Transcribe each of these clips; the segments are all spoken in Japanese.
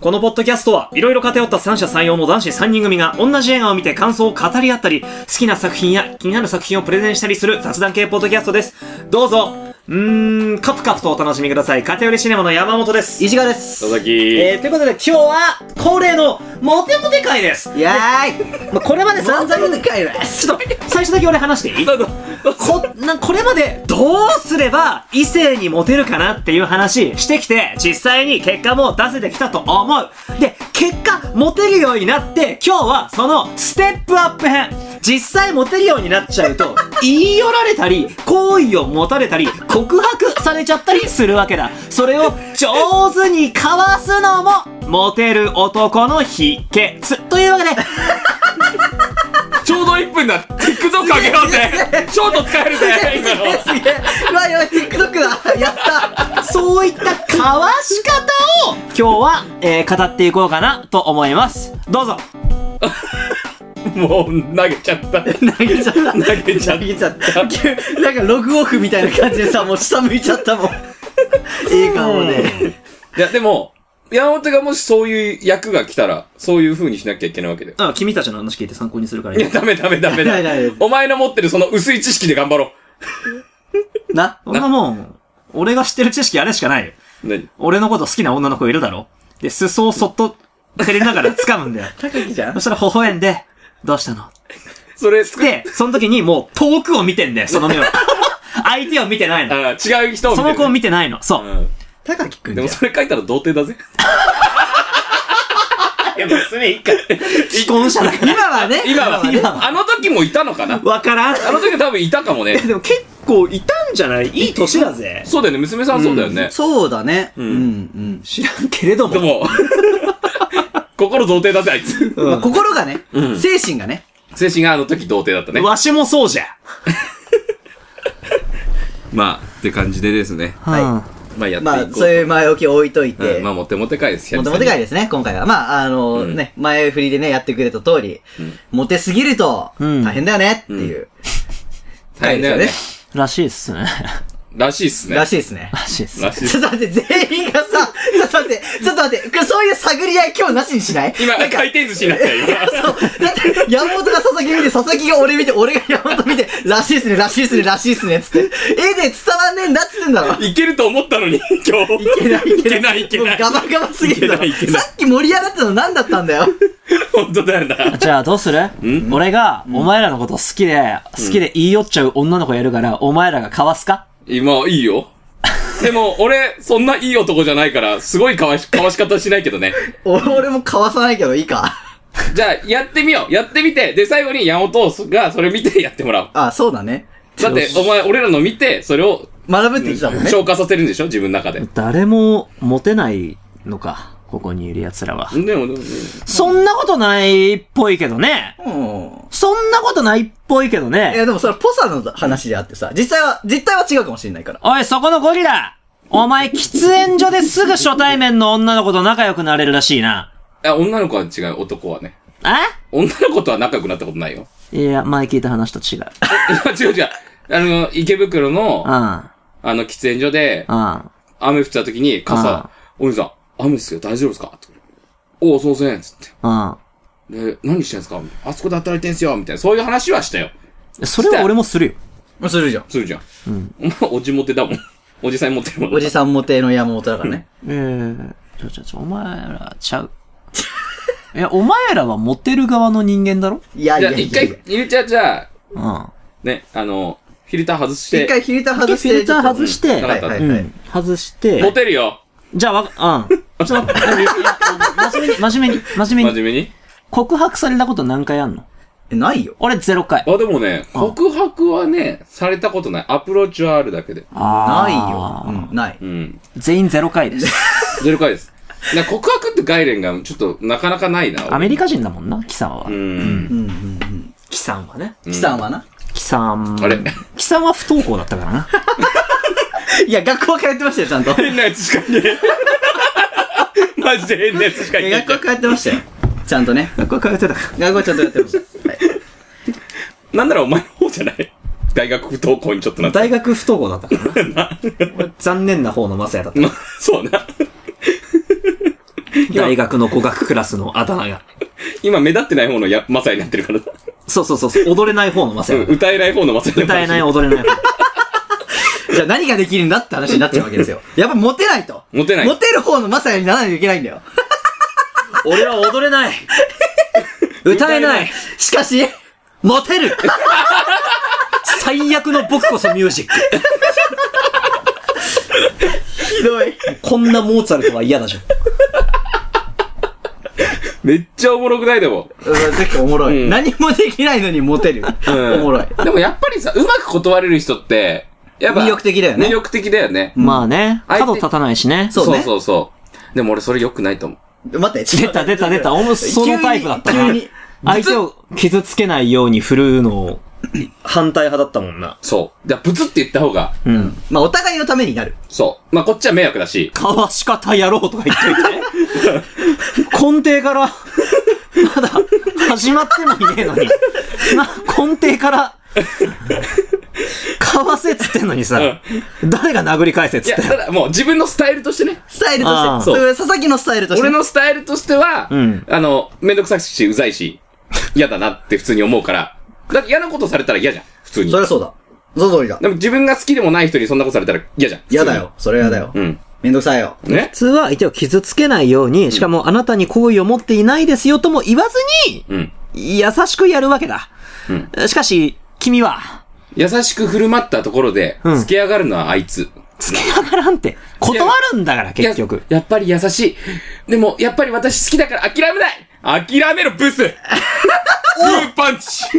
このポッドキャストはいろいろ偏った三者三様の男子3人組が同じ映画を見て感想を語り合ったり、好きな作品や気になる作品をプレゼンしたりする雑談系ポッドキャストです。どうぞ、うーん、カプカプとお楽しみください。偏りシネマの山本です。石川です。佐々木、えー、ということで今日は恒例のモテモテ会です。いや ーい。まあ、これまで散々言うかいです。ちょっと、最初だけ俺話していいどうぞどうぞこなこれまでどうすれば異性にモテるかなっていう話してきて実際に結果も出せてきたと思うで結果モテるようになって今日はそのステップアップ編実際モテるようになっちゃう と言い寄られたり好意を持たれたり告白されちゃったりするわけだそれを上手にかわすのもモテる男の秘訣というわけで ちょうど1分だ TikTok 上げようぜショート使えるぜ今のすげえ。うわ、やばい、TikTok だ。やった。そういったかわし方を今日は、えー語っていこうかなと思います。どうぞ。もう投げちゃった投げちゃった。投げちゃった投げち ゃった。急 なんかログオフみたいな感じでさ、もう下向いちゃっ たもん。映画もね。いやでも山本がもしそういう役が来たらそういう風にしなきゃいけないわけだよあ、君たちの話聞いて参考にするからいやダメダメダメないなだいないお前の持ってるその薄い知識で頑張ろな。そんなもん、俺が知ってる知識あれしかないよ。う何俺のこと好きな女の子いるだろで、裾をそっと照れながら掴むんだよ。 高木じゃそしたら微笑んで、どうしたのそれ作っで、その時にもう遠くを見てんだよ、その 目を。相手を見てないの。あー違う人を見そてのる子を見てないの。そう。高木くうんんでじゃんも。それ書いたら童貞だぜいや娘いいか既婚者だから。今はね。 今はね。あの時もいたのかなわからん。あの時多分いたかもねでも結構いたんじゃないいい年だぜ。そうだよね娘さんそうだよねそうだね。うんんうん。知らんけれども。でも、 心童貞だぜ、あいつ。まあ心がねう、ん精神がね。精神があの時童貞だったね。わしもそうじゃ。まあ、って感じでですね。はまあ、やっていまこうあ、。そういう前置き置いというんてま。あ、モテモテ会です。モテモ久テ々会ですね、今回は。まあ、あのうんね、前振りでね、やってくれた通り、モテすぎると、うん大変だよねっていう、に大変だよね。らしいっすね。 らしいっすね。ららししいですね。 しいっす。いっちすょ。っと待って、全員がさ、ちょっと待って、ちょっと待って、これそういう探り合い今日なしにしない 今、なんか回転寿司になったよ、今。そう、だって、山本が佐々木見て、佐々木が俺見て、俺が山本見て、らしいっすね、らしいっすね、らしいっすね、つって、絵で伝わんねえんだっつってんだろ。いけると思ったのに、今日。いけない、いけない。いけない、いけもなうガバガバすぎるだろ。いけないいけないさっき盛り上がったの何だったんだよ。い。本当だよな。じゃあどうするん俺が、お前らのこと好きで、好きで言い寄っちゃう女の子やるから、お前らがかわすか今、いいよ。でも、俺、そんないい男じゃないから、すごいかわし、かわし方しないけどね。俺もかわさないけど、いいか。じゃあ、やってみよう。やってみて、で、最後に、山本が、それ見てやってもらおう。あ、そうだね。だって、お前、俺らの見て、それを学ぶって言ってたもんね。消化させるんでしょ自分の中で。誰も、モテないのか。ここにいる奴らは。でも、でも、そんなことないっぽいけどね。うん。そんなことないっぽいけどいや、ね。でもそれ、ポサの話であってさ、実際は、実態は違うかもしれないから。おい、そこのゴリラお前、喫煙所ですぐ初対面の女の子と仲良くなれるらしいな。あ、女の子は違う、男はね。え女の子とは仲良くなったことない よ。いや、前聞いた話と違う。違う違う。あの、池袋の、ああの、喫煙所で、あ、雨降った時に、あ傘、お兄さん、雨ですけど大丈夫ですかっておう、そうせん、つって。あで、何してんすかみたいなあそこで働いてんすよ、みたいな。そういう話はしたよ。あ。それは俺もするよ。もうするじゃん。するじゃん。 お前、おじモテだもん。おじさんモテるもん。おじさんモテの山本だからね。ええちょちょちょ、お前らちゃう。いや、お前らはモテる側の人間だろいやいじゃやあ、いや。一回、ゆうちゃん、じゃあ、うん。ね、あの、フィルター外して。一回フィルター外して。一回フィルター外してちょっとはいはいはういん。外して。モテるよ。じゃあ、わ、うん。ちょっと待って、真面目に、真面目に、真面目真に。面目に。告白されたこと何回あんのえ、ないよ。俺ゼロ回。あ、でもね、告白はね、されたことない。アプローチはあるだけで。あないあよ。うん、ない。うん。全員ゼロ回です。 0回です。な告白って概念がちょっとなかなかないな。アメリカ人だもんな、キさんはう。ん。うん、うん、うん。キさんはね。キさんはな。キさん。あれキさんは不登校だったからな。いや、学校は通ってましたよ、ちゃんと。い変なやつしかいねえ。 マジで変なやつしかいや、ね学校は通ってましたよ。ちゃんとね。学校通ってたか学校はちゃんとやってました。はいえ。なんならお前の方じゃない大学不登校にちょっとなった。大学不登校だった からな。俺残念な方のマサヤだった。まそうな。 大学の語学クラスのあだ名が。今目立ってない方のやマサイになってるから。そうそうそうそう、踊れない方のマサイ。歌えない方のマサイ歌えない、い。踊れない方。じゃあ何ができるんだって話になっちゃうわけですよ。やっぱモテないと。モテないモテる方のマサヤにならないといけないんだよ。 俺は踊れ ない。歌えない。しかし、モテ る最悪の僕こそミュー ジック。ひどい。こんなモーツァルトは嫌だじゃん。めっちゃおもろくないでも。結構おもろい、うん何もできないのにモテる。うんおもろい。でもやっぱりさ、うまく断れる人って、やっぱ。魅力的だよね魅力的だよね。まあね、相手角立たないしね。そうねそうそうそう。でも俺それ良くないと思う。待って、ち出ょっとた出た出た。お もそのタイプだったな。急に急に相手を傷つけないように振るのを反対派だったもんな。そう。じゃあ、ブツって言った方が、うん。まあお互いのためになる。そう。まあ、こっちは迷惑だし、かわし方やろうとか言っと いて。根底から、まだ始まってもいねえのに。な、根底から、かわせっつってんのにさ、誰が殴り返せっいつっや、て。ただもう自分のスタイルとしてね、スタイルあーとして。それは佐々木のスタイルとして。俺のスタイルとしては、うんあの、めんどくさいし、うざいし、嫌だなって普通に思うから、だって嫌なことされたら嫌じゃん、普通に。そりでゃそうだ。ゾゾリだ。も自分が好きでもない人にそんなことされたら嫌じゃん。普通に嫌だ。よ。それ嫌だよ。うん。めんどくさいよ。普ね通は相手を傷つけないように、しかもあなたに好意を持っていないですよとも言わずに、うん。優しくやるわけだ。しかし、君は、優しく振る舞ったところで、うん付け上がるのはあいつ。つけ上がらんって、断るんだから、結局。や。やっぱり優しい。でも、やっぱり私好きだから諦めない諦めろ、 ブスグーパンチグ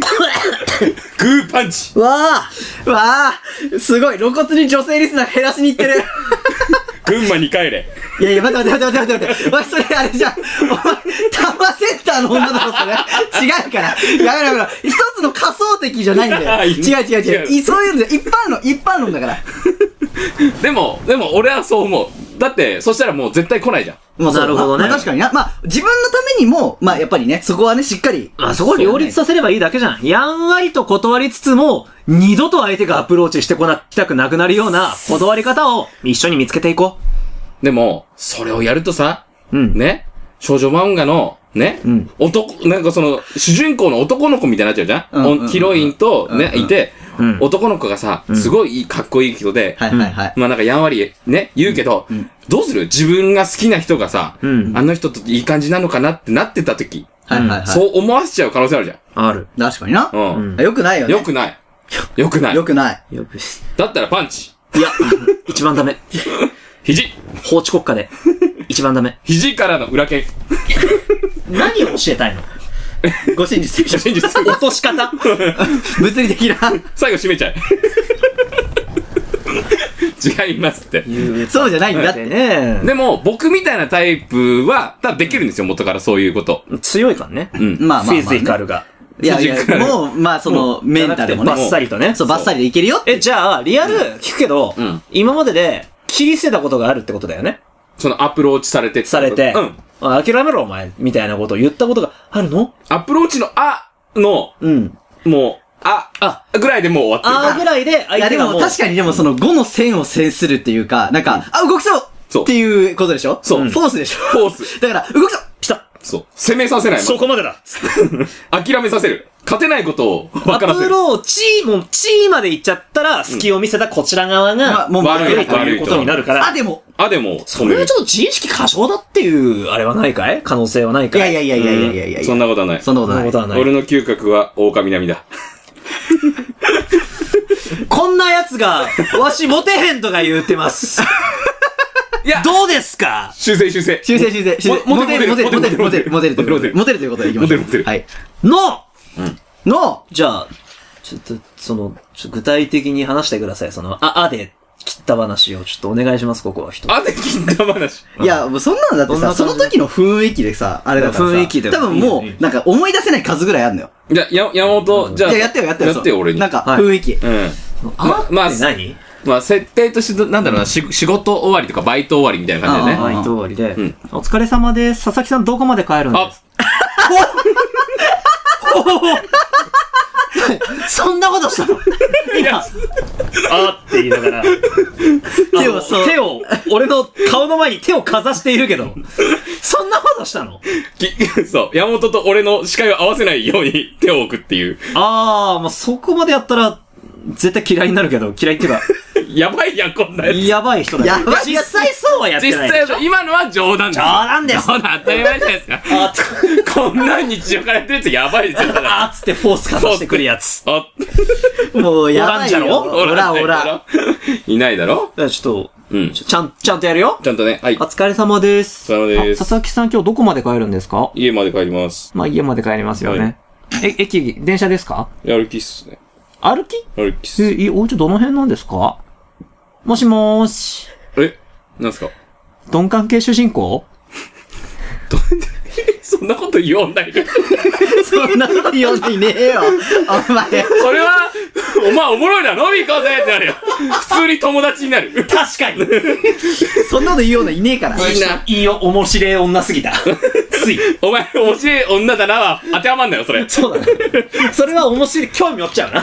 ーパンチわあわあすごい露骨に女性リスナー減らしに行ってる 群馬に帰れ。いやいや、待って待って待って待って待って。お前、それあれじゃん。お前、タマセンターの女だろ、それ。違うから。やめろやめろ。一つの仮想的じゃ ないんだよ。い違うや違う違う。違ういそういうんだよ。一般論、一般論だから。でも、でも俺はそう思う。だって、そしたらもう絶対来ないじゃん。もうそうなるほどねまあまあ確かにな。まあ、自分のためにも、まあ、やっぱりね、そこはね、しっかり。あそこを両立させればいいだけじゃん。やんわりと断りつつも、二度と相手がアプローチしてこなきたくなくなるような断り方を一緒に見つけていこでも、それをやるとさ、う。うん。ね、少女漫画の、ね、ん男、なんかその、主人公の男の子みたいになっちゃうじゃん、うんうんうんヒロインと、ね、うんうんいて、ん男の子がさ、すごいいいかっこいい人で、はいはいはい。まあなんかやんわり、ね、言うけど、どうする自分が好きな人がさ、うんあの人といい感じなのかなってなってた時、はいはいはい。そう思わせちゃう可能性あるじゃある。確かにな。ん。うん。んよくないよね。よくない。よくないよ。くない。よくしだったらパンチ。いや、 一番ダメ。肘。法治国家で。一番ダメ。肘からの裏剣。 何を教え たいのご真実初心術。落とし 方物理的な。最後閉めちゃえ。 違いますって。そうじゃないんだだっって て。ね、でも、僕みたいなタイプは、ただできるんですよ、元からそういうこと。強いからね。うん。まあまあまあフねィジカルが。いやいフィジカや、ルもう、まあその、メンタルもね。バッサリとね。そう、バッサリでいけるよって。え、じゃあ、リアル聞くけど、うん今までで切り捨てたことがあるってことだよね。そのアプローチされて。されて、うん。あ諦めろお前、みたいなことを言ったことがあるのアプローチのあの、うん。もう、あ、あ、ぐらいでもう終わってあーぐらいでい相や手でがもう。も確かにでもその5の線を制するっていうか、なんか、あ、動きそうそうっていうことでしょそうんフォースでしょる。フォース。だから、動きそうピタッそう。攻めさせない。そこまでだ諦めさせる。勝てないことを分アからせプる。ローチもうチーまで行っちゃったら、隙を見せたこちら側まあが、もう悪い悪いと悪いいうことになるからあ、。でもあでも、そ止めれはるち。ょっと自意識過剰だっていう、あれはないかい可能性はないいかいやいやいやいやいやいやいやそんなことはない。そんなこそとんななこいと。はな俺い。の嗅覚は狼並みだ。こんな奴が、わしモテへんとか言うてます。いやどうですか修正修正。修正修正修正。モモテるモテる、モモテテる、るモテる、モモテテる、るモテる。モテるということでいきましょう。モテるモテるはい。のの、じゃあ、ちょっと、その、ちょ具体的に話してください。その、あ、あで切った話をちょっとお願いします、ここは人。あで金玉話。いや、もうそんなのだってどんなさ、感そじの時の雰囲気でさ、あれだからさ。雰囲気だよ多分も、いいよいうなんか思い出せない数ぐらいあるのよ。じゃあ、や、山本、じゃあ。いや、やってよ、やってよ。やってよ、俺に。なんか、はい雰囲気。うん。あ、まあって何まあ、設定としてど、なんだろうな、し仕事終わりとかバイト終わりみたいな感じだよバね。イト終わりでん、お疲れ様です。佐々木さんどこまで帰るんであす、そんなことしたの今、あって言いな がら。手をそう手を、俺の顔の前に手をかざしているけど、そんなことしたのき そう。山本と俺の視界を合わせないように手を置くっていう。 あー、まあ、そこまでやったら、絶対嫌いになるけど、嫌いっていうか、やばいやん、こんなやつ。 やばい人だやばい実際そうはやって実ない。際、今のは冗談です。冗談です冗談当たり前じゃないですか。こんなん日常からやってるやつやばいですよ、たあだ。ーっつってフォースかざしてくるやつ。あ、もう、やおらばんいじゃよ。ろおら、おら。。いないだろいやちょっと、うん。ちちゃん、ちゃんとやるよ。ゃんとね、はいお。疲れ様です。お疲れ様であす佐々木さん今日どこまで帰るんですか家まで帰ります。まあ、家まで帰りますよね。え、駅、電車ですかやる気っすね。歩きやる気っす。え、いお家どの辺なんですかもしもーし。えなんすか 鈍感系主人公そんなこと言おうないで。そんなこと言わないねえよ。お前。それは、お前おもろいな、飲み行こうぜってなるよ。普通に友達になる。確か に。そんなこと言うようないねえから。いいな。いいよ、面白い女すぎた。つい。お前、面白い女だなは当てはまんなよ、それ。 そうだね。それは面白い、興味持っちゃうな。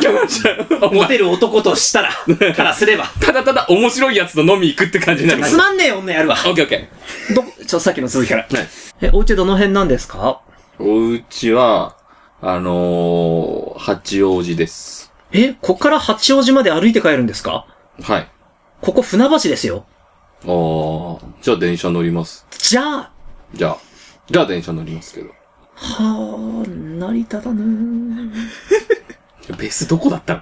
お前モテる男とした ら、からすれば。ただただ面白いやつと飲み行くって感じになる。つまんねえ女やるわ。オッケーオッケど、ちょ、さっきの続きから。ー。はい。え、お家どの辺なんですかお家は、あのー、八王子です。え、こっから八王子まで歩いて帰るんですかはい。ここ船橋ですよ。あー、じゃあ電車乗ります。じゃあ、じゃあ、じゃあ電車乗りますけど。はあ、成り立たぬベースどこだったの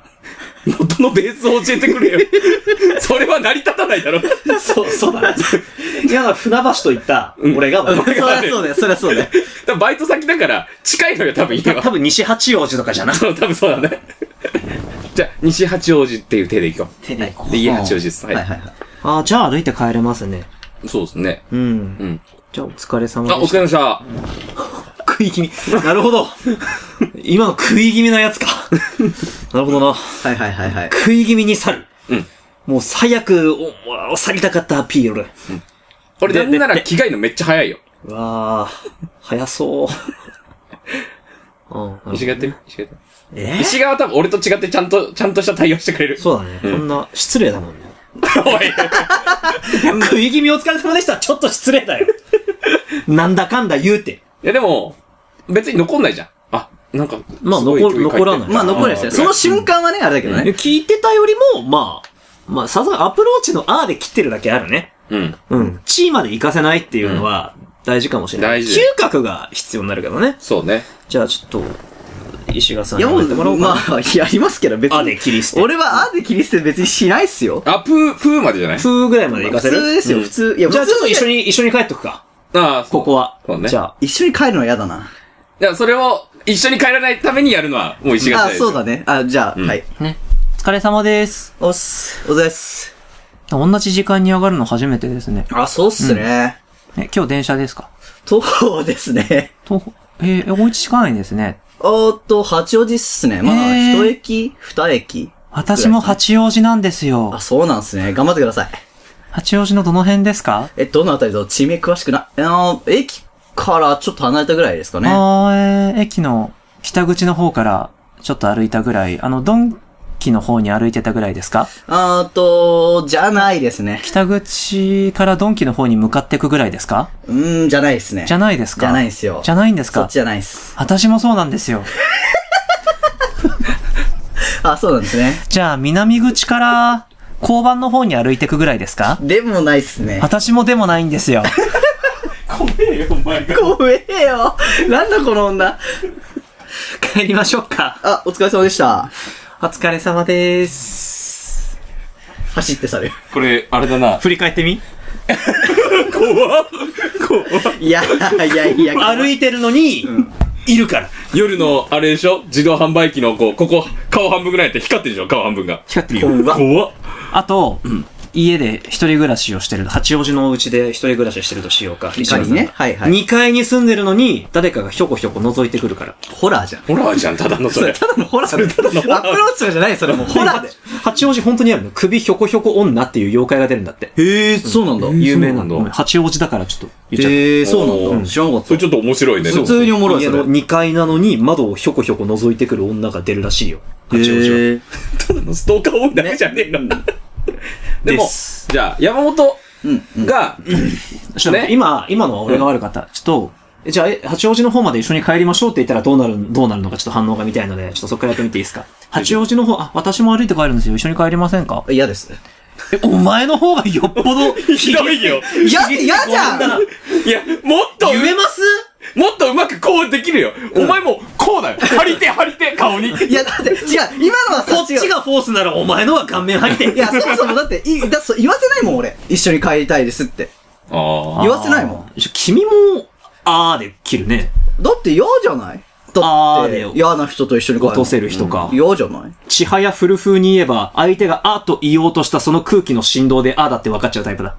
元のベースを教えてくれよ。 それは成り立たないだろ。 そう、そうだね。 いや、船橋と言った、俺 が、そりゃそうだよ、そりゃそうだよ。多分バイト先だから、近いのよ、多分家多 は。分西八王子とかじゃな。そう、多分そうだね。 じゃあ、西八王子っていう手でいこ手でこう。で、家八王子です。は。はいいはいはい。あじゃあ歩いて帰れますね。そうですね。うん。うん。じゃあお疲れ様あ、お疲れ様でした。食い気味。なるほど。今の食い気味なやつか。なるほどな。はいはいはいはい。食い気味に去る。うんもう最悪、お、お去りたかったアピール。俺、でなんならで着替えるのめっちゃ早いよ。うわあ、早そう。うんうん石川やってみ石川やってえみ石川は多分俺と違ってちゃんと、ちゃんとした対応してくれる。そうだね。こんな、失礼だもんね。 おい。食い気味お疲れ様でした。ちょっと失礼だよ。なんだかんだ言うて。いや、でも、別に残んないじゃん。あ、なんか、まあすごい残食い残らない書てるまあ残るですね。その瞬間はね、あれだけどね。聞いてたよりも、まあ、まあ、さぞアプローチの R で切ってるだけあるね。うん。うん。地位まで行かせないっていうのは、大事かもしれない。大事嗅覚が必要になるけどね。そうね。じゃあちょっと、石川さんいにやもやってもらおう、うかな。まあ、やりますけど、別あでに。切り捨て。俺はあで切り捨て別にしないっすよ。あ、プー、プーまでじゃない風ぐらいまで行普かせ通るですよ、普通。いや、じゃあ普ちょっ通とに一緒に、一緒に帰っとくか。ああ、ここは。そうねじゃあ。一緒に帰るのは嫌だな。いや、それを一緒に帰らないためにやるのは、もう石垣あ、そうだね。あ、じゃあ、んはい。ね。お疲れ様です。おっす。おざいっす。同じ時間に上がるの初めてですね。あ、そうっすね。え、今日電車ですか徒歩ですね。東方、えー、おうち近いんですね。おーっと、八王子っすね。まあ、へー一駅、二駅。私も八王子なんですよあ、。そうなんすね。頑張ってください。八王子のどの辺ですか、え、どのあたりと地名詳しくな、あの、駅からちょっと離れたぐらいですかね。ああー、えー、駅の北口の方からちょっと歩いたぐらい、あの、ドンキの方に歩いてたぐらいですかーっと、じゃないですね。北口からドンキの方に向かっていくぐらいですかうーん、じゃないですね。じゃないですかじゃないですよじゃないんですそっかちじゃないっす。私もそうなんですよ。あ、そうなんですね。じゃあ、南口から交番の方に歩いていくぐらいですかでもないっすね。私もでもないんですよ。怖えよ、お前が。ごめんよ。なんだこの女。 帰りましょうか。あ、お疲れ様でした。お疲れ様です。走って去る。 これ、あれだな。振り返ってみ怖っ怖っいや、いやいや、歩いてるのに、いるから。夜の、あれでしょ自動販売機の、こう、ここ、顔半分ぐらいやって光ってるでしょ顔半分が。光ってるよ。怖っ怖っあと、家で一人暮らしをしてる。八王子のお家で一人暮らしをしてるとしようか。二階にねはいはい2階に住んでるのに、誰かがひょこひょこ覗いてくるから。ホラーじゃん。ホラーじゃん、ただのそれ。ただのホラーだよただのホラーアプローチとかじゃないよそれもうホラーで。八王子本当にあるの首ひょこひょこ女っていう妖怪が出るんだって。へえ、そうなんだ。有名なその。うなんだごめん八王子だからちょっと言っちゃっへえ、そうなんおーだ。知らなかっそたれ。ちょっと面白いね。普通におもた。ろい家そのれ。 2階なのに窓をひょこひょこ覗いてくる女が出るらしいよ。八王子は。へえただのストーカー多いだけじゃねえの。でもです、じゃあ、山本が、ちょっと待ってね今、今のは俺が悪かった。ちょっと、えじゃあ、え八王子の方まで一緒に帰りましょうって言ったらどうなる、どうなるのかちょっと反応が見たいので、ちょっとそこからやってみていいですか。八王子の方、あ、私も歩いて帰るんですよ。一緒に帰りませんか嫌です。え、お前の方がよっぽど、ひどいよ。嫌、嫌じゃんいや、もっと、言えますもっとうまくこうできるよ。お前も、こうだよ。張り手張り手、顔に。いや、だって、違う、今のはさ、こっちがフォースならお前のは顔面入って。違う。いや、そもそもだって、いだそう言わせないもん、俺。一緒に帰りたいですって。あ言わせないもん。ちょ君も、あーで切るね。だって嫌じゃないだあっーだよて、嫌な人と一緒に帰るの。落とせる人か。嫌じゃないちはやふる風に言えば、相手があーと言おうとしたその空気の振動であーだって分かっちゃうタイプだ。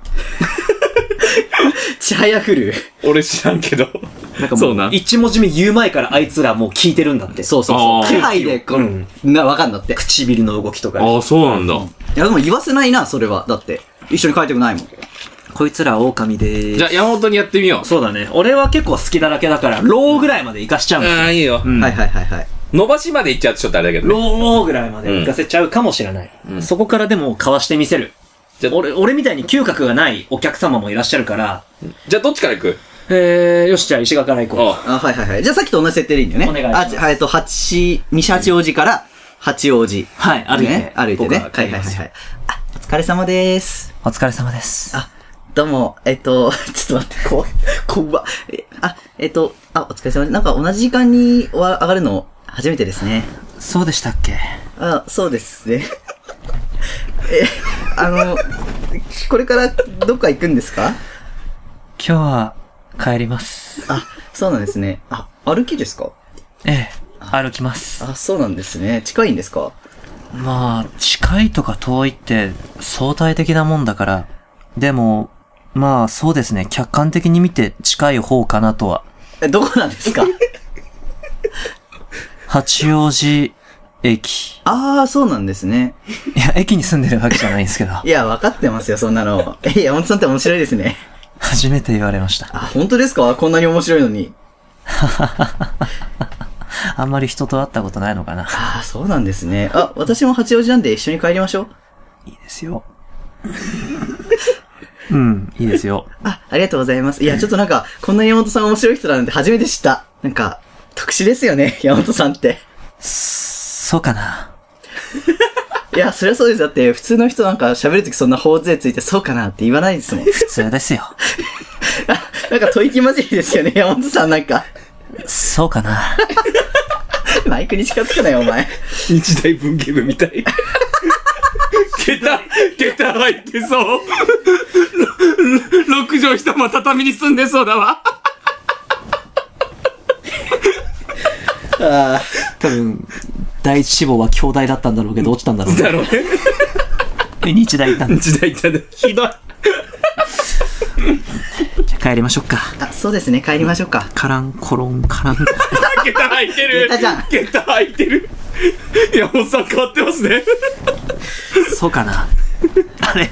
ちはやふる。俺知らんけど。なんかそもううな、。一文字目言う前からあいつらもう聞いてるんだって。そうそうあーそう。気配で、こうのん、な、わかんだって。唇の動きとか。ああ、そうなんだ。いや、でも言わせないな、それは。だって。一緒に帰りたくないもん。こいつら狼でーす。じゃあ、山本にやってみよう。そうだね。俺は結構好きだらけだから、ローぐらいまで行かしちゃうんですよああ、いいよ。うんはいはいはいはい。伸ばしまでいっちゃうとちょっとあれだけどね。ローぐらいまで行かせちゃうかもしれない。んそこからでもかわしてみせる。じゃあ、俺、俺みたいに嗅覚がないお客様もいらっしゃるから、じゃあどっちから行くえー、よし、じゃあ石川から行こああ、はいはいはい。じゃあさっきと同じ設定でいいんだよね。お願いしますあ、えっと、八、西八王子から八王子。はい歩いてね。歩いてね。は僕はいは帰いりはいますはい。あ、お疲れ様ですう。。お疲れ様です。あ、どうも、えっと、 ちょっと待って、こ こわ。えあ、えっと、あ、お疲れ様です。なんか同じ時間にわ上がるの初めてですね。そうでしたっけあ、そうですね。 え、あの、これからどっか行くんですか今日は帰ります。あ、そうなんですね。あ、歩きですかええ、歩きます。あ、そうなんですね。近いんですかまあ、近いとか遠いって相対的なもんだから。でも、まあそうですね、客観的に見て近い方かなとは。え、どこな んですか八王子駅。ああ、そうなんですね。いや、駅に住んでるわけじゃないんですけど、いや、分かってますよ、そんなの。え、山本さんって面白いですね。初めて言われました。あ、本当ですかこんなに面白いのに。あんまり人と会ったことないのかな。ああ、そうなんですね。あ、私も八王子なんで一緒に帰りましょう。いいですよ。 うん、いいですよ。あ、ありがとうございます。いや、ちょっとなんか、こんな山本さん面白い人だなんて初めて知った。なんか、特殊ですよね、山本さんって。そうかな。いや、そりゃそうです。だって、普通の人なんか喋るときそんな頬杖ついてそうかなって言わないですもん。 普通ですよ。なんか吐息混じりですよね、山本さんなんか。そうかな。マイクに近づくなよ、お前。日大文芸部みたい。下駄、下駄入ってそう。六畳一間畳に住んでそうだわ。ああ、多分、第一志望は兄弟だったんだろうけど、落ちたんだろうだね。ろうね。で日大行ったんで。日大行ったね。ひどい。じゃあ帰りましょうか。あ、そうですね、帰りましょうか。カランコロン、カランコロン。下駄入ってる。下駄じゃん下駄入ってる。山本さん変わってますね。そうかな。あれ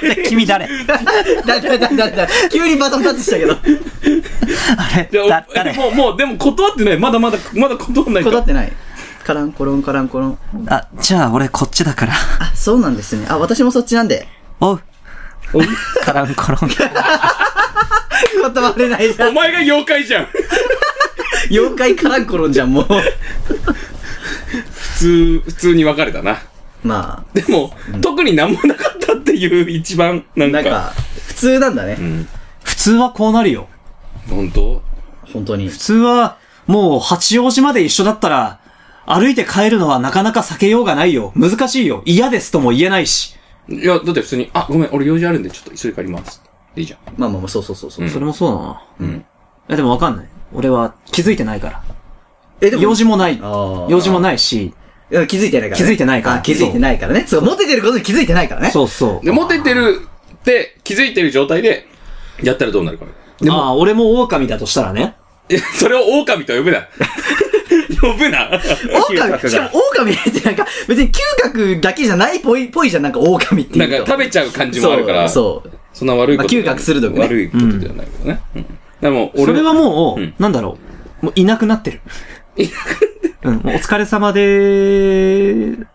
君、君誰だ、だ、だ、だ、だ、急にバトンタッチしたけど、あでれだ誰もう、もう、でも断ってない。まだまだ、まだ断んないと。 断ってない。カランコロンカランコロン。あ、じゃあ俺こっちだから。あ、そうなんですね。あ、私もそっちなんで。おう。カランコロン。断れないじゃん。お前が妖怪じゃん。普妖怪カランコロンじゃん、もう。通、普通に別れたな。 までも、特になんもなかったっていう一番、なあ、んなか。んか、普通なんだね。 普通はこうなるよ。本当本当に。普通は、もう八王子まで一緒だったら、歩いて帰るのはなかなか避けようがないよ。難しいよ。嫌ですとも言えないし。いや、だって普通に、あ、ごめん、俺用事あるんで、ちょっと急いで帰ります。でいいじゃん。まあまあまあ、そうそうそうそう。それもそうだな。うん。え、でもわかんない。俺は気づいてないから。え、で用事もない。あー用事もないし。うん気づいてないからね、気づいてないからあ気づいてないからね。そう、モテてることに気づいてないからね。そうそうで、。モテてるって気づいてる状態で、やったらどうなるか。でも、まあ、俺も狼だとしたらね。いやそれを狼と呼ぶ な。呼ぶ な。狼、しかも狼ってなんか、別に嗅覚だけじゃないぽい、ぽいじゃん、なんか狼っていうなと。んか食べちゃう感じもあるから、そう。そうそんな悪いことじゃない。まあ嗅覚鋭くね悪いことじゃないけどね。うんでも、俺それはもうんう、なんだろう。もういなくなってる。うん、もうお疲れ様でー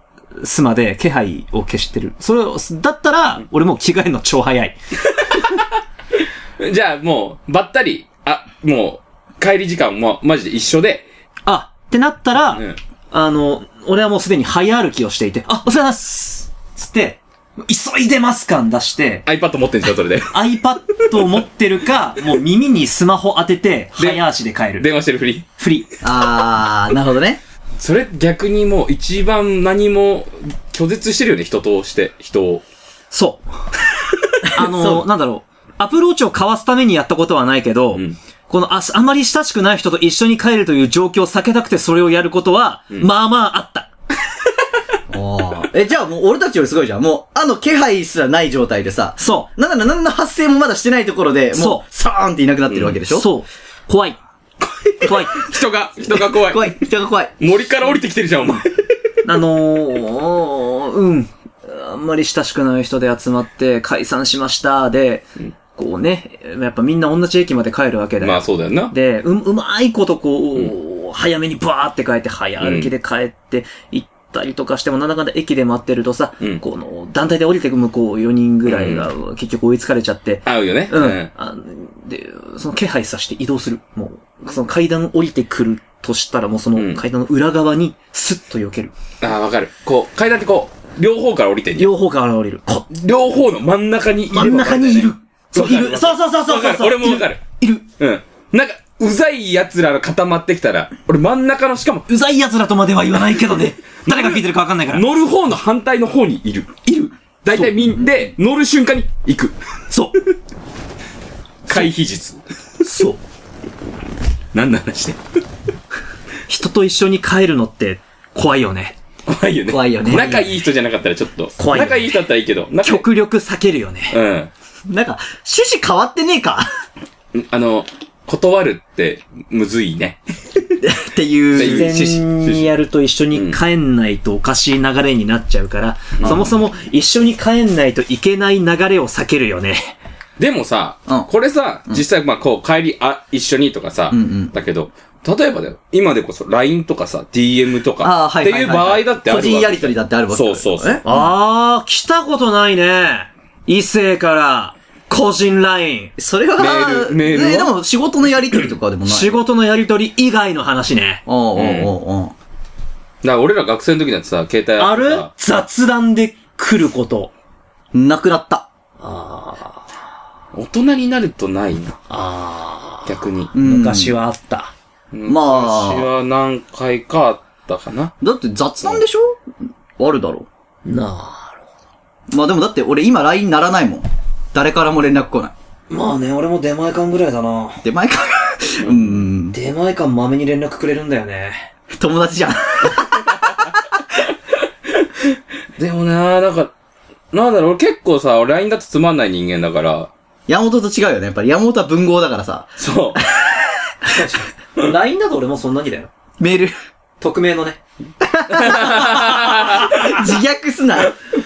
すまで気配を消してる。それを、だったら、俺もう着替えるの超早い。じゃあもう、ばったり、あ、もう、帰り時間もマジで一緒で、あ、ってなったら、んあの、俺はもうすでに早歩きをしていて、あ、お世話になりますつって、急いでます感出して、 iPad 持ってんじゃん、それで。 iPad を持ってる か、もう耳にスマホ当てて、で早足で帰る。電話してるふり。フリ。あー、なるほどね。それ逆にもう一番何も拒絶してるよね、人として、人を。 そう。あその、うなんだろう。アプローチを交わすためにやったことはないけど、んこのあ、あまり親しくない人と一緒に帰るという状況を避けたくてそれをやることは、まあまああった。え、じゃあもう俺たちよりすごいじゃん。もう、あの気配すらない状態でさ。そなんなら何の発生もまだしてないところで、も、そうさーンっていなくなってるわけう。でしょ、そう。怖い。怖い。人が、人が 怖い。怖い。人が怖い。森から降りてきてるじゃん、お前。あのー、うん。あんまり親しくない人で集まって解散しました。で、こうね、やっぱみんな同じ駅まで帰るわけだよ。まあそうだよな。で、う、うまいことこう、早めにバーって帰って、早歩きで帰って行ったりとかしても、なんだかんだ駅で待ってるとさ、うんこの、団体で降りてく向こう4人ぐらいが、結局追いつかれちゃって、合うよね。うん、あで、その気配さして移動する。もう、その階段降りてくるとしたら、もうそうんの階段の裏側に、スッと避ける。ああ、わかる。こう、階段ってこう、両方から降りてんじゃん。両方から降りる。こ両方の真ん中にいる。真ん中にいる。そう、いる。わかそるうそうそうそうわかそうそう。る俺もわかる。いる。うん。なんか、うざい奴らが固まってきたら、俺真ん中の、しかも、うざい奴らとまでは言わないけどね。誰が聞いてるかわかんないから。乗る方の反対の方にいる。いる。だいたいみんで、乗る瞬間に行く。そう。 回避術。そう。何の話で人と一緒に帰るのって怖いよね。怖いよね。怖いよね仲いい人じゃなかったらちょっと。怖いよね仲いい人だったらいいけど。仲極力避けるよね。うん。なんか、趣旨変わってねえかあの、断るって、むずいね。っていう。自然にやると一緒に帰んないとおかしい流れになっちゃうから、そもそも一緒に帰んないといけない流れを避けるよね。でもさ、うんこれさ、実際、まあ、こう、帰り、あ、一緒にとかさ、んうんだけど、例えばだよ、今でこそ LINE とかさ、DM とあかあ、、はっいてはいはいい、う場合だってあるわ個人やりとりだってあるわけだよねそうそうそうあー、来たことないね。異性から、個人ライン。それは、メールメールはねでも仕事のやりとりとかでもない。仕事のやりとり以外の話ね。おうおうおうおうだから俺ら学生の時なんてさ、携帯あってるさ雑談で来ること。なくなった。大人になるとないな。逆に。うん昔はあった。まあ私は何回かあったかな。だって雑談でしょ、あるだろなあ。う。まあでもだって俺今 LINE ならないもん。誰からも連絡来ない。まあね、俺も出前館ぐらいだな。で、前から、うん、出前館まめに連絡くれるんだよね。友達じゃん。でもな、なんか、なんだろう、俺結構さ、俺 LINE だとつまんない人間だから、山本と違うよね。やっぱり山本は文豪だからさ、そう。 LINE だと俺もそんなにだよ。メール、匿名のね。自虐すな。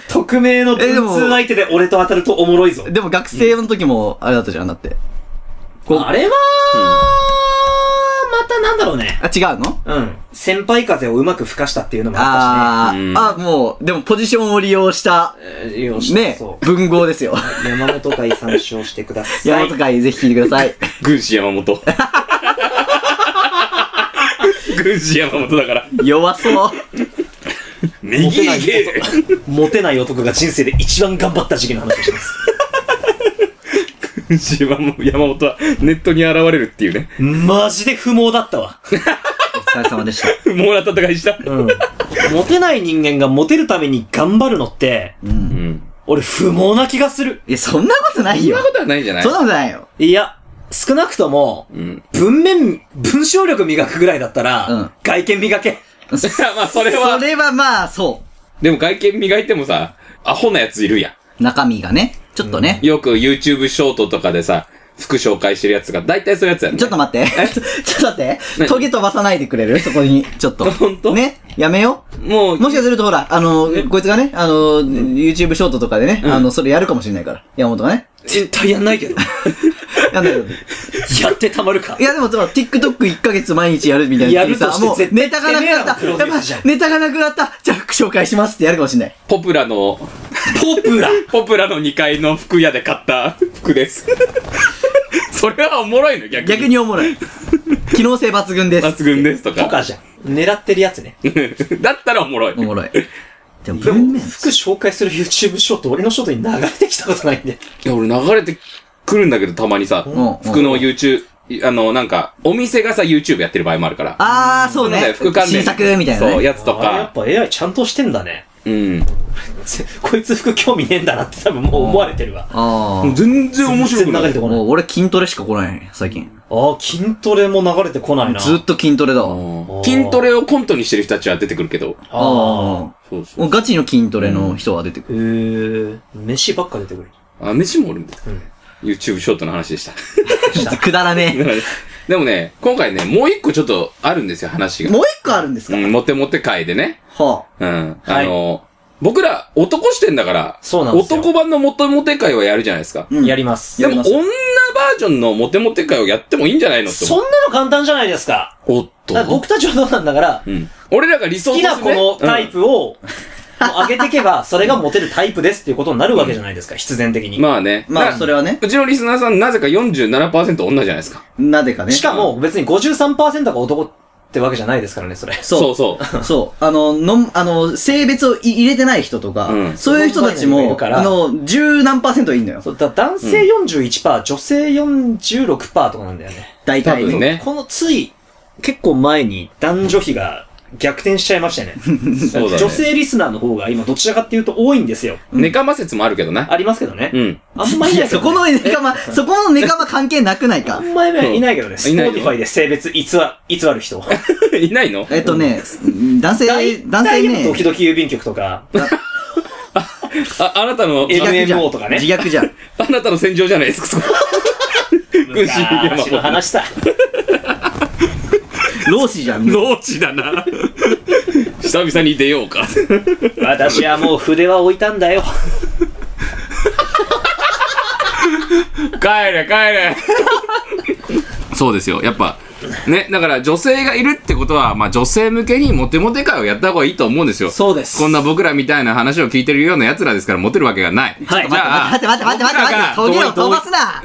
匿名の文えでも通相手で俺と当たるとおもろいぞ。でも学生の時もあれだったじゃん、だって。こうあれは、またなんだろうね。あ、違うのうん。先輩風をうまく吹かしたっていうのもあっあうー、んあ、もう、でもポジションを利用した、たしね。えーよしねそ、う。文豪ですよ。山本会参照してください。山本会ぜひ聞いてくだ さい。軍師山本。軍師山本だから。弱そう。右行けモテない男が人生で一番頑張った時期の話をします。軍師山本はネットに現れるっていうね。マジで不毛だったわ。お疲れ様でした。もうな戦いした。うん。モテない人間がモテるために頑張るのって、うん。俺不毛な気がする。いや、そんなことないよそんな。ことはないんじゃないそんなことないよ。いや、少なくとも、ん文面、文章力磨くぐらいだったら、うん外見磨け。まあ、それはそ。れはまあ、そでも外見磨いてもさ、アホなやついるやう。中身がね、ちょっとねん。。よく YouTube ショートとかでさ、服紹介してるやつが、大体そういうやつやん、ね。 ちょっと待って。ちょっと待って。何トゲ飛ばさないでくれるそこに、ちょっと。ほんとね。やめよう。もう、もしかするとほら、あの、こいつがね、あの、YouTube ショートとかでね、あの、それやるかもしれないから。山本がね。絶対やんないけど。やんないけど。 やってたまるかい。やでも、その TikTok1 ヶ月毎日やるみたいな時にさやるとしてもう絶対ネタがなくなった。てめえらやのプロっぱデュースじゃんネタがなくなった。じゃあ紹介しますってやるかもしれない。ポプラの、ポプラポプラの2階の服屋で買った服です。 それはおもろいの逆に。逆におもろい。機能性抜群です。抜群ですとか。とかじゃん。狙ってるやつね。だったらおもろい。おもろい。でもで文も、面。服紹介する YouTube ショート、俺のショートに流れてきたことないんで。いや、俺流れてくるんだけど、たまにさ、ん服の YouTube、あの、なんか、お店がさ、YouTube やってる場合もあるから。あー、そうなんだねよ服関。連。新作みたいなそう、ね。やつとあやっぱか。AI ちゃんとしてんだね。うん。ぜ こいつ服興味ねえんだなって多分もう思われてるわ。あー。全然面白全く然な流れいて。こない。もう俺筋トレしか来ないね、最近。ああ、筋トレも流れてこないな。ずっと筋トレだわ。うん筋トレをコントにしてる人たちは出てくるけど。ああ。あそうそー。もうガチの筋トレの人は出てくえる。ー、飯ばっか出てくる。う。あ、飯も俺も。うん。 YouTube ショートの話でした。 くだらねでもね、今回ね、もう一個ちょっとあるんですよ、話 え。が。もう一個あるんですかうん、モテモテ会でね。はうん。はいあの、僕ら男してんだから、そうなんですよ男版のモテモテ会はやるじゃないですか。あ。うんやります。でやも、り女まバす。ージョンのモテモテ会をやってもいいんじゃないのってそん思う。なの簡単じゃないですか。おっとだから。僕たちはどうなんだから、うん。俺らが理想好ときするな子のタイプを、上げていけば、それがモテるタイプですっていうことになるわけじゃないですか、必然的うに。んまあね。まあ、なそれはね。うちのリスナーさん、なぜか47%女じゃないですか。なぜかね。しかも、別に53%が男ってわけじゃないですからね、それ。そう。そうそそう。あの、の、あの、性別をい入れてない人とか、うんそういう人たちその前にいもる、からあの、十何パーセントいんのよ。そうだ男性41%、女性46%とかなんだよね。大体多分ねこのつい、結構前に男女比が逆転しちゃいましたね。 う。そうだね。女性リスナーの方が今どちらかっていうと多いんですよ。ネカマ説もあるけどな。ありますけどね。うん。あんまいいないや、けどそね、このネカマ、そこのネカマ関係なくないかあ。んまいないけどね。スいポないーよティファイで性別偽偽る 人。いないのえっとね、男性、男性大ドキね、ドキ郵便局とか、あ、あなたの、えあ MMO とかね自虐じゃん。あなたの戦場じゃないですか、そこ。軍師山昔の話さ。老子じゃ ん。農地だな。久々に出ようか。私はもう筆は置いたん だよ。帰れ帰れ。そうですよ。やっぱ、ね、だから女性がいるってことは、まあ女性向けにモテモテ会をやった方がいいと思うんですよ。そうですこんな僕らみたいな話を聞いてるような奴らですからモテるわけがない。はいじゃあ、待って待って待って待って待って、ト僕ゲらをがど飛うばすな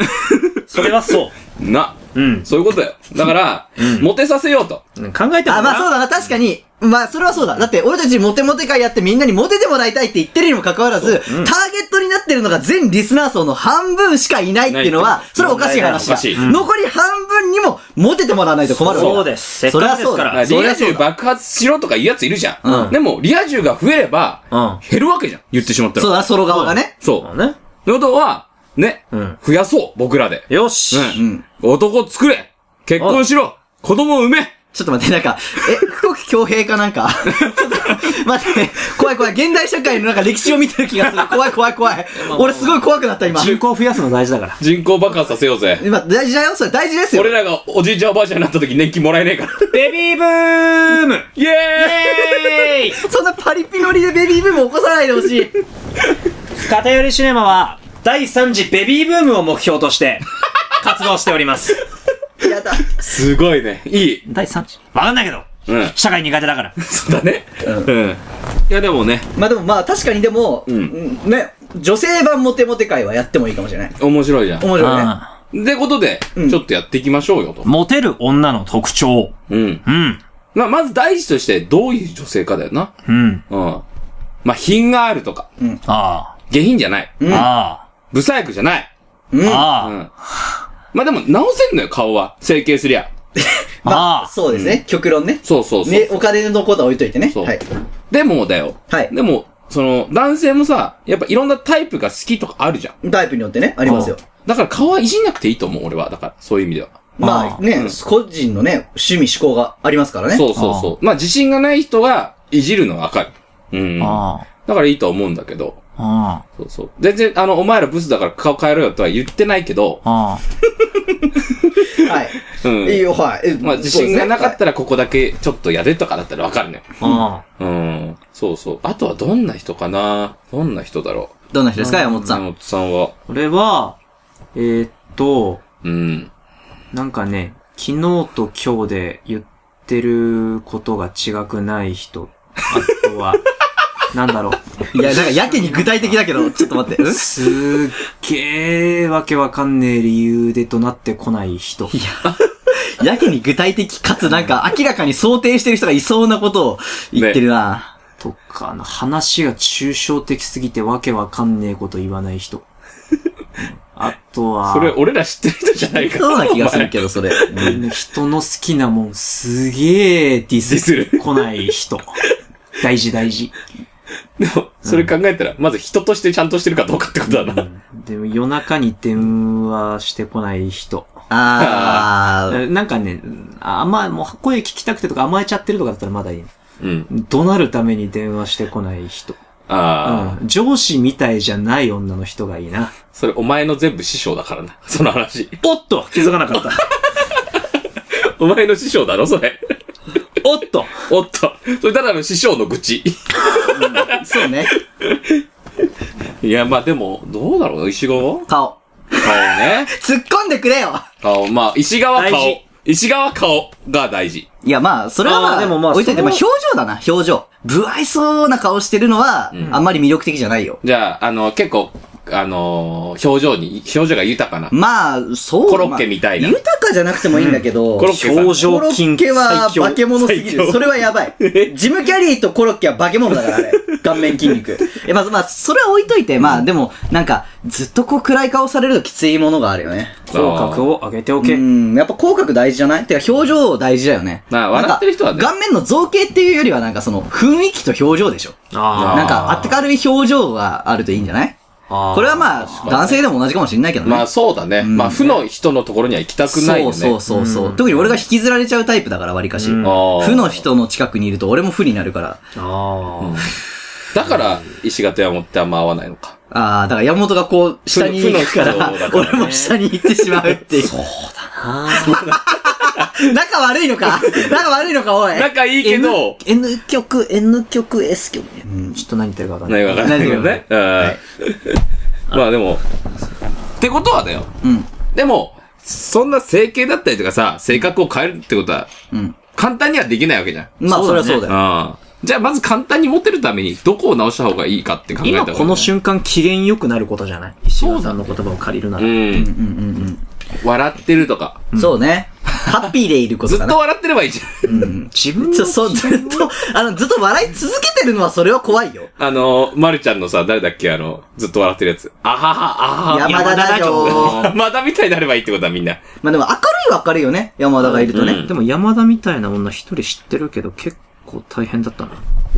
それはそな、う。うん。そういうことだよ。だから、モテさせようと。考えてもあ、まあそうな。だな、確かに。まあ、それはそうだ。だって、俺たちモテモテ会やってみんなにモテてもらいたいって言ってるにもかかわらず、ターゲットになってるのが全リスナー層の半分しかいないっていうのは、それはおかしい話おだかしい。残り半分にもモテてもらわないと困るわけだそうですせっかくですからそりゃそうだそリりゃアそ充うだ。爆発しろとかいうやついるじゃん。うんでも、リア充が増えれば、うん減るわけじゃん。言ってしまったそうら。だな、ソロ側がね。そう。ね。ということは、ね、うん増やそう、僕らで。よし。ううん。男作れ結婚しろ子供産めちょっと待って、なんか、え、福木強兵かなんか。ちょっと待って、怖い怖い。現代社会のなんか歴史を見てる気がする。怖い怖い怖い。俺すごい怖くなった、今。人口増やすの大事だから。人口爆発させようぜ。今、大事だよ。それ大事ですよ俺。らがおじいちゃんおばあちゃんになった時年金もらえねえから。ベビーブー ムイエえいそんなパリピノリでベビーブーム起こさないでほしい。偏りシネマは、第3次ベビーブームを目標として、活動しております。やだ。ーイすごいね。いい。第3次わかんないけど、うん。社会苦手だから。そうだね。んうん。いやでもね、まあでもまあ確かにでも、んうんね、女性版モテモテ会はやってもいいかもしれない。面白いじゃ面白いね。ん。でことで、うんちょっとやっていきましょうよとうん。モテる女の特徴。うん。うん。まあ、まず第一として、どういう女性かだよな。うん。うん。まあ、品があるとか。あ下品じゃない。あ。あ不細工じゃない。うんあ。うああ。ん。まあ、でも、直せんのよ、顔は。整形すりゃ。まああ、あそうですね。極論ね。そうそうそう。ね、お金のことは置いといてね。そうはい。でもだよ。はいでも、その、男性もさ、やっぱいろんなタイプが好きとかあるじゃん。タイプによってね、ありますよ。だから顔はいじんなくていいと思う、俺は。だから、そういう意味では。まあね、うん個人のね、趣味思考がありますからね。そうそうそう。まあ、自信がない人がいじるのはわかる。うん。ああ。だからいいと思うんだけど。うん。そうそう。全然、あの、お前らブスだから顔変えろよとは言ってないけど、うん。はい。うんいいよ、はい。えまあ自信がなかっ。そうですねたらここだけちょっとやれとかだったらわかるね。はうん。そうそう。あとはどんな人かなどんな人だろいうん。どんな人ですか、山う。本さん。山本さんは。これは、えーっと、うん。なんかね、昨日と今日で言ってることが違くない人。あとは、なんだろう。 いや、なんかやけに具体的だけど、ちょっと 待って。うんすっげーわけわかんねえ理由で怒鳴ってこない人。やけに具体的かつなんか明らかに想定してる人がいそうなことを言ってるな。とか、あの話が抽象的すぎてわけわかんねえこと言わない人。うんあとは、それ俺ら知ってる人じゃないか。そうな気がするけど、それ。うん人の好きなもんすげーディスってこない人。大事大事。でも、それ考えたら、まず人としてちゃんとしてるかどうかってことだな。でも夜中に電話してこない人。あー。なんかね、あんま、もう声聞きたくてとか甘えちゃってるとかだったらまだいい。うん。怒鳴るために電話してこない人。ああ、うん上司みたいじゃない女の人がいいな。それお前の全部師匠だからな。 その話。おっと気づかなかった。お前の師匠だろ、それ。 おっとおっと。それただの師匠の愚痴。そうね。いや、まあでも、どうだろうな、石川顔顔。ね。突っ込んでくれよ顔、まあ、石川大顔事。石川顔が大事。いや、まあ、それはまああ、ーでもまあ置いといて、そまのあ、表情だな、表情。不愛想な顔してるのは、あんまり魅力的じゃないよ。じゃあ、あの、結構、あのー、表情に、表情が豊かな。まあ、そう。コロッケみたいなまあ豊かじゃなくてもいいんだけど、コロッケさん表情筋コロッケは化け物すぎ最強る。それはやばい。ジムキャリーとコロッケは化け物だから、あれ。顔面筋肉。え、まあ、まあ、それは置いといて、まあ、でも、なんか、ずっとこう暗い顔されるときついものがあるよね。口角を上げておうけ。ん、やっぱ口角大事じゃないてか表情大事だよね。まあなんか笑ってる人はね顔面の造形っていうよりはなんかその雰囲気と表情でしょ。あなんか、明るい表情があるといいんじゃないあこれはまあ、男性でも同じかもしれないけどね。まあ、そうだね。まあ、負の人のところには行きたくないよね。そうそうそうそう、特に俺が引きずられちゃうタイプだから、わりかし、うんあー負の人の近くにいると俺も負になるから。あー。だから、石形山本ってあんま合わないのか。ああ、だから山本がこう、下に行くから、負の負の人だからね俺も下に行ってしまうっていう。そうだな仲悪いのか仲悪いのか、おい。仲いいけど N, N 曲、N 曲、S 曲。うんちょっと何言ってるかわかんな何い。がわかんないけどね。うん。まあでも、ってことはだよ。うん。でも、そんな整形だったりとかさ、性格を変えるってことは、うん。簡単にはできないわけじゃん。まあ、そそうれだねはそうだよ。ああ。じゃあまず簡単にモテるために、どこを直した方がいいかって考えた今方がいい。この瞬間機嫌良くなることじゃない石川さんの言葉を借りるなら。うん。うんうん笑ってるとか。うん。そうね。ハッピーでいることずかっなと。笑ってればいいじゃん。 自分そのう、そう、ずっと、あの、ずっと笑い続けてるのはそれは怖いよ。あの、まるちゃんのさ、誰だっけあの、ずっと笑ってるやつ。あはは、あはは。山田だよ。 まだみたいになればいいってことはみんな。まあでも明るいは明るいよね。山田がいるとね。うんでも山田みたいな女一人知ってるけど結構大変だったな。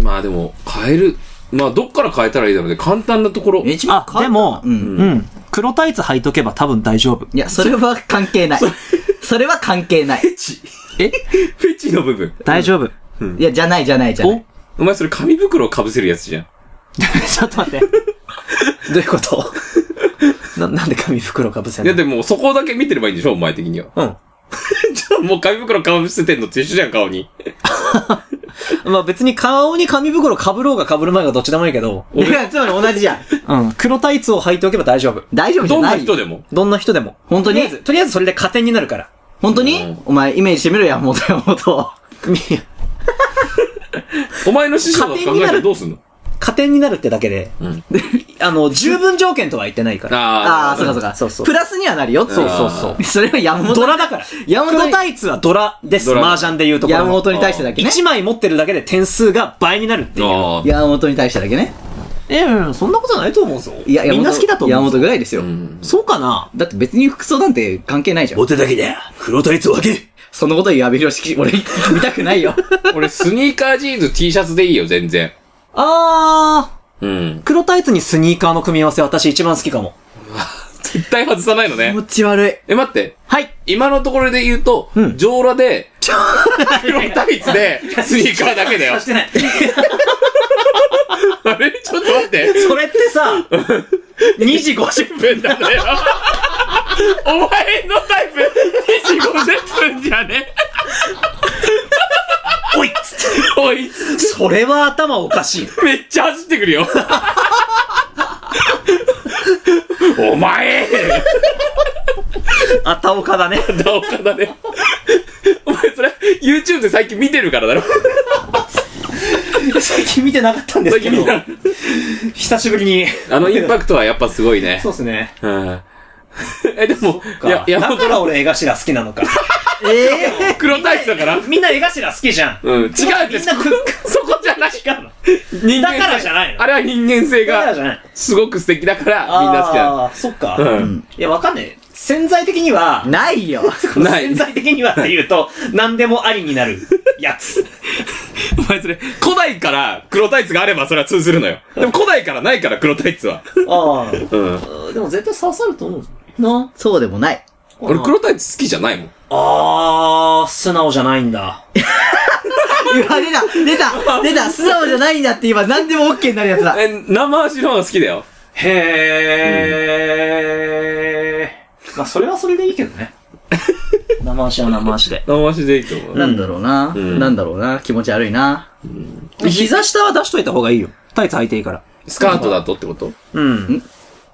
まあでも、変える。まあどっから変えたらいいだろうね。簡単なところ。一番変わっあでもうん。うん。黒タイツ履いとけば多分大丈夫。いや、それは関係ない。それは関係ない。チ。えフェチの部分。大丈 夫。いや、じゃないじゃないじゃない。お前それ紙袋を被せるやつじゃん。ちょっと待って。どういうこと な、なんで紙袋かぶせんいのやでもそこだけ見てればいいんでしょお前的には。じゃあもう紙袋被せてんのと一緒じゃん、顔に。うん。まあ別に顔に紙袋かぶろうがかぶる前がどっちでもいいけど、いや、つまり同じじゃん。うん。黒タイツを履いておけば大丈夫。大丈夫じどゃんな。ない人でも。どんな人でも。本当とにりあえず、とりあえずそれで加点になるから。本当うにんお前、イメージしてみろよ、山本山本。お前の師匠が考えたらどうすんの加点になるってだけで、んあの、十分条件とは言ってないから。ああ、そうかそうか。か。そうそうプラスにはなるよ。そう。そうそうそれは山本。ドラだから。山本黒にタイツはドラです。ドラ麻雀で言うところ山の。本に対してだけね。 1枚持ってるだけで点数が倍になるっていう。ああ。山本に対してだけね。ええ、そんなことないと思うぞ。いや、山み本んな好きだと思山うぞ本。ぐらいですよ。そうかなだって別に服装なんて関係ないじゃん。手だけだよ。黒タイツを開け。そのこと言う阿部良識、俺、見たくないよ。俺、スニーカージーンズ T シャツでいいよ、全然。あー。うん。黒タイツにスニーカーの組み合わせ私一番好きかも。絶対外さないの気ね持。ち悪い。え、待って。はい。今のところで言うと、うん上裸で、黒タイツで、スニーカーだけだよさ。してない。あれちょっと待って。それってさ、2時50 50分だね。お前のタイプ、2時50分じゃね。おいっつっおい、て それは頭おかしい。めっちゃ走ってくるよ。お前あたおか だね。だおかだね。お前それ、YouTube で最近見てるからだろ。最近見てなかったんです最け近見ど、た。久しぶりに。あのインパクトはやっぱすごいね。そうですね。うん。え、でも、いやか、山だ本から俺、絵頭好きなのか。え黒大使だから。 みんな絵頭好きじゃん。うん、違うんです。みんなく、そこじゃない。違うの。人間だ性からじゃないのあれは人間性だからじゃがない。すごく素敵だからみんな好きなの。あーそっか。うん。いや、わかんない。潜在的にはー、、ないよ。ない 潜在的にはって言うと、何でもありになるやつ。お前それ、古代から黒タイツがあればそれは通ずるのよ。でも古代からないから黒タイツは。あうん。あ。でも絶対刺さると思う。の、 そうでもない。俺黒タイツ好きじゃないもん。ああ、素直じゃないんだ。うわ、出た 出た出た素直じゃないんだって言えば何でも OK になるやつだ。え、生足の方が好きだよ。へえ。まあ、それはそれでいいけどね。生足は生足で。生足でいいと思う。なんだろうな、んなんだろうな気持ち悪いな。膝下は出しといた方がいいよ。タイツ履いていいから。スカートだとってことうん。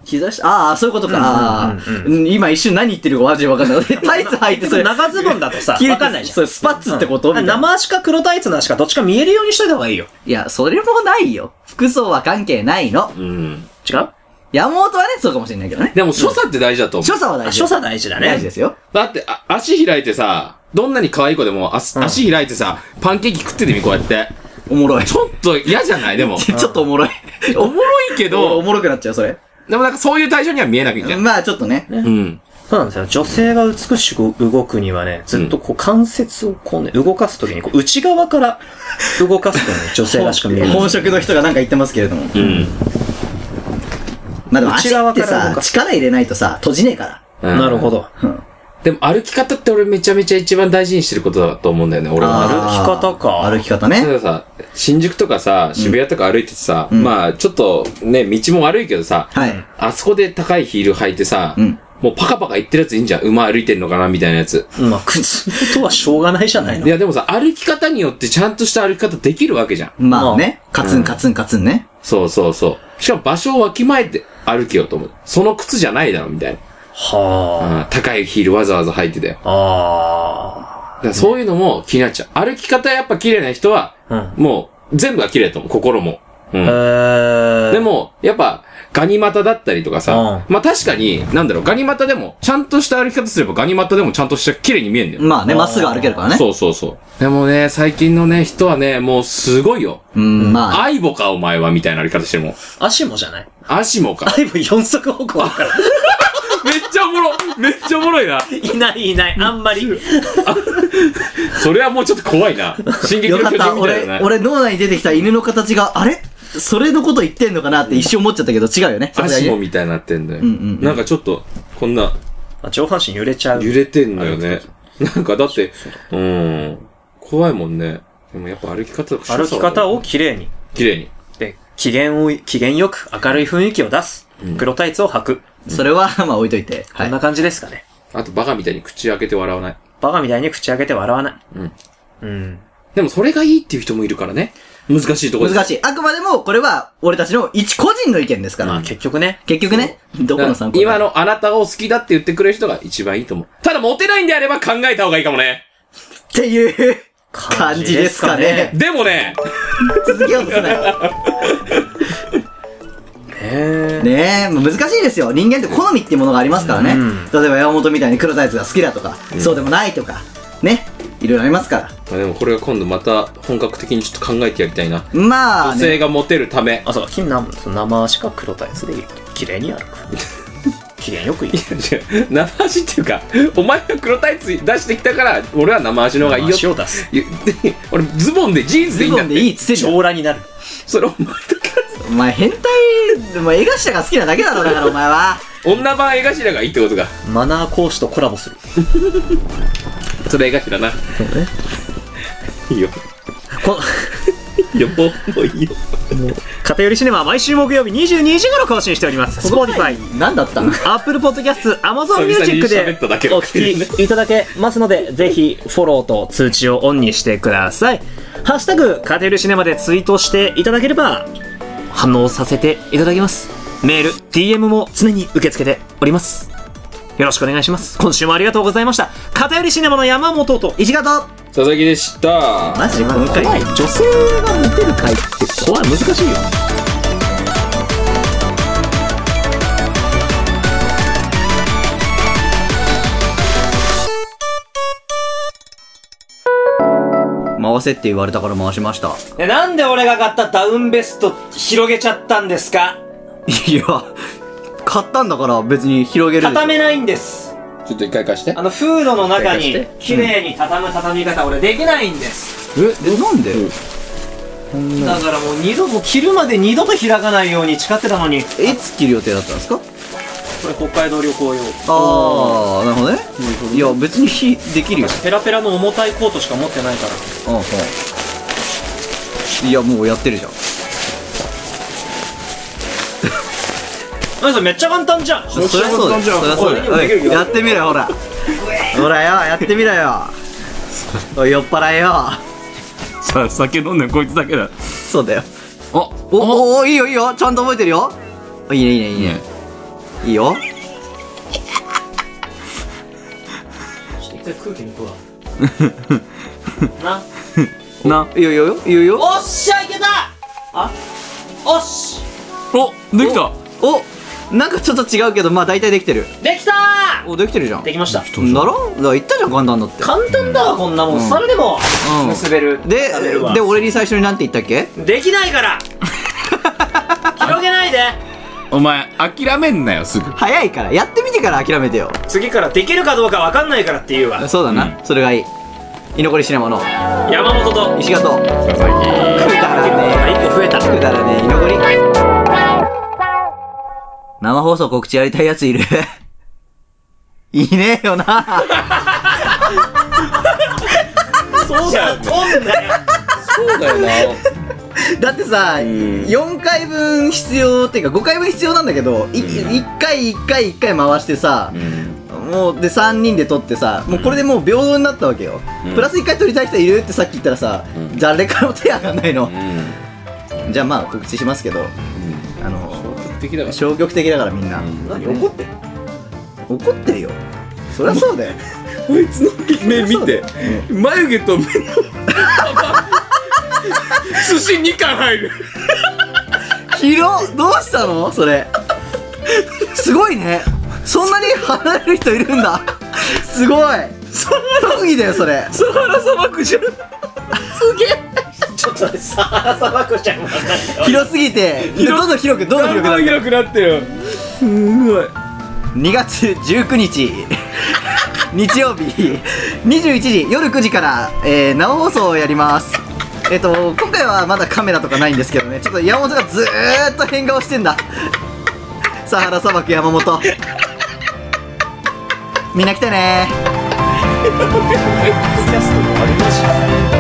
膝下、ああ、そういうことか。あうんーうん今一瞬何言ってるかマジでわかんない。タイツ履いてそれ。長ズボンだとさ、切れわてかんないじゃそん。れスパッツってこと、みたいな生足か黒タイツの足かどっちか見えるようにしといた方がいいよ。いや、それもないよ。服装は関係ないの。うん。違う山本はね、そうかもしれないけどね。でも所作って大事だと思う所。作は大事。所作大事だね。大事ですよ。だって、あ足開いてさ、どんなに可愛い子でも、足ん足開いてさ、パンケーキ食っててみ、こうやって。おもろい。ちょっと嫌じゃないでも。ちょっとおもろい。おもろいけおど、もろくなっちゃう、それ。でもなんかそういう対象には見えなくいいじゃん。まあ、ちょっとね。うん。そうなんですよ。女性が美しく動くにはね、ずっとこう関節をこうね、動かすときに、こう内側から動かすとね、 女性らしく見える。本職の人がなんか言ってますけれども。うん。まあでも足っ内て側から動さ、かす力入れないとさ、閉じねえから。なるほど。でも歩き方って俺めちゃめちゃ一番大事にしてることだと思うんだよね、俺は。あー歩き方か歩き方例えね。ばさ、新宿とかさ、渋谷とか歩いててさ、んまあちょっとね、道も悪いけどさ、はい。あそこで高いヒール履いてさ、うんもうパカパカ言ってるやついいんじゃん馬歩いてんのかなみたいなやつ。まあ、靴とはしょうがないじゃないの。いやでもさ、歩き方によってちゃんとした歩き方できるわけじゃん。まあね。カツンカツンカツンね。そうそうそう。しかも場所をわきまえて歩けようと思う。その靴じゃないだろ、みたいはな。うん、高いヒールわざわざ履いてたよ。あ。あだからそういうのも気になっちゃう。歩き方やっぱ綺麗な人は、あ。うん。もう全部が綺麗だと思う、心も。うん。えー。で、も、やっぱ、ガニ股だったりとかさ、うまあ確かに、なんだろう、ガニ股でも、ちゃんとした歩き方すればガニ股でもちゃんとした綺麗に見えんだよ。まあね、まっすぐ歩けるからね。そうそうそう。でもね、最近のね、人はね、もうすごいよ。うん、まあ。アイボかお前は、みたいな歩き方してるもん。足もじゃない 足もか。 だいぶ四足歩行だから。めっちゃおもろめっちゃおもろいな。 いないいない、あんまり。それはもうちょっと怖いな。進撃よのかっ巨た。人みた俺いな、ね。俺脳内に出てきた犬の形が、あれそれのこと言ってんのかなって一瞬思っちゃったけど、違うよね。足もみたいになってんだよ。んうんうんなんかちょっと、こんな、まあ上半身揺れちゃう。揺れてんだよね。なんかだって、うん。怖いもんね。でもやっぱ歩き方とか歩き方をを綺麗に。綺麗に。で、機嫌を、機嫌よく明るい雰囲気を出す。黒タイツを履く。それは、 まあ置いといて。こはいんな。感じですかね。あとバカみたいに口開けて笑わない。バカみたいに口開けて笑わない。うん。うん。でもそれがいいっていう人もいるからね。難しいところです。難しい。あくまでも、これは、俺たちの一個人の意見ですかまあら。結局ね。結局ね、どこの参考にな今るのあなたを好きだって言ってくれる人が一番いいと思う。ただモテないんであれば考えた方がいいかもね。っていう感じですかね。でもね、続けようとすなへい。ねえ、もう難しいですよ。人間って好みっていうものがありますからね。うん例えば山本みたいに黒タイツが好きだとか、そうでもないとか、ね。いろいろありますから。まあでもこれは今度また本格的にちょっと考えてやりたいな。まあ女ね。性がモテるため。 あ、そう、金生、その生足か黒タイツでいい。綺麗に歩 く。機嫌よくいい。違う生足っていうか、お前が黒タイツ出してきたから、俺は生足の方がいいよ足。を出す。いや俺ズボンでジーンズでいいズんボだっンてでいいっつってんじゃん上羅になる。それお前だからお前変態、お前映画者が好きなだけだろ、だからお前は。女版絵頭がいいってことかマナー講師とコラボする。それ絵頭なそうね。いいよこよ、もういいよ。偏りシネマは毎週木曜日22時頃更新しております Spotify 何だったのアップルポッドキャスト、アマゾンミュージック久々に喋っただけでだおけどね聞きいただけますの で、ぜひフォローと通知をオンにしてください。ハッシュタグ、カテルシネマでツイートしていただければ、反応させていただきます。メール、DM も常に受け付けております。よろしくお願いします。今週もありがとうございました。偏りシネマの山本と、石方佐々木でした。マジで今の怖回い女性がモテる回って怖い、難しいよ。回せって言われたから回しましたなんで俺が買ったダウンベスト広げちゃったんですかいや買ったんだから別に広げるでしょめないんです。ちょっと一回貸してあ。の、フードの中にうん、綺麗に畳む畳み方、俺できないんです。ええなんで、うんだからもう二度と、着るまで二度と開かないように誓ってたのに、こいつ切る予定だったんですかれ北海道旅行用。ああなるほどねいや別に火できるよペラペラの重たいコートしか持ってないから。うんうんいやもうやってるじゃんマジさんめっちゃ簡単じゃん。そりゃそうだよそりゃそうだよおいできおるいやってみろよほらほらよやってみろよおい酔っ払えよさあ、酒飲んでこいつだけだ。そうだよあ、おおおいいよいいよちゃんと覚えてるよいいねいいねいいね、いいよちょっと一回空気抜 くわ。な。な、いいよいいよいいよいいよおっしゃ、いけたあおっしお、できた。おなんかちょっと違うけどまあ大体できてるできたおできてるじゃんできました。だろだから言ったじゃん簡単だって簡単だわ、こんなもん。それでもう、ん結べる。で食べるわで俺に最初になんて言ったっけできないから 広げないでお前、諦めんなよ、すぐ。早いからやってみてから諦めてよ次からできるかどうかわかんないからって言うわそうだな、それがいい居残りシネマの山本と石形佐々木。くだらね一個増え たえくだらねえ居残り生放送告知やりたいやついる いねえよなそうだよ飛んだよそうだよな。 だってさん4回分必要っていうか5回分必要なんだけど1回1回1回回してさ、もうで3人で撮ってさもうこれでもう平等になったわけよ、んプラス1回撮りたい人いるってさっき言ったらさ、うん誰からも手上がんないのう、ん。じゃあまあ告知しますけどうあのん。的だか消極的だからみんな、ら。何怒ってん怒ってるよそりゃそうだよこいつの目見て。眉毛と目の。 寿司2貫入 る。広っどうしたのそれすごいねそんなに離れる人いるんだすごい特技だよそれサハラ砂漠じゃん。ちょっと待ってサハ ラ砂漠ちゃんわかんない広すぎてでどんどん広くどんどんだん広だん広くくなるなってよ。すごい。 2月19日 日曜日21時夜9時から、えー生放送をやりますえっと今回はまだカメラとかないんですけどねちょっと山本がずーっと変顔してんだ サハラ砂漠山本みんな来てねキャストもありました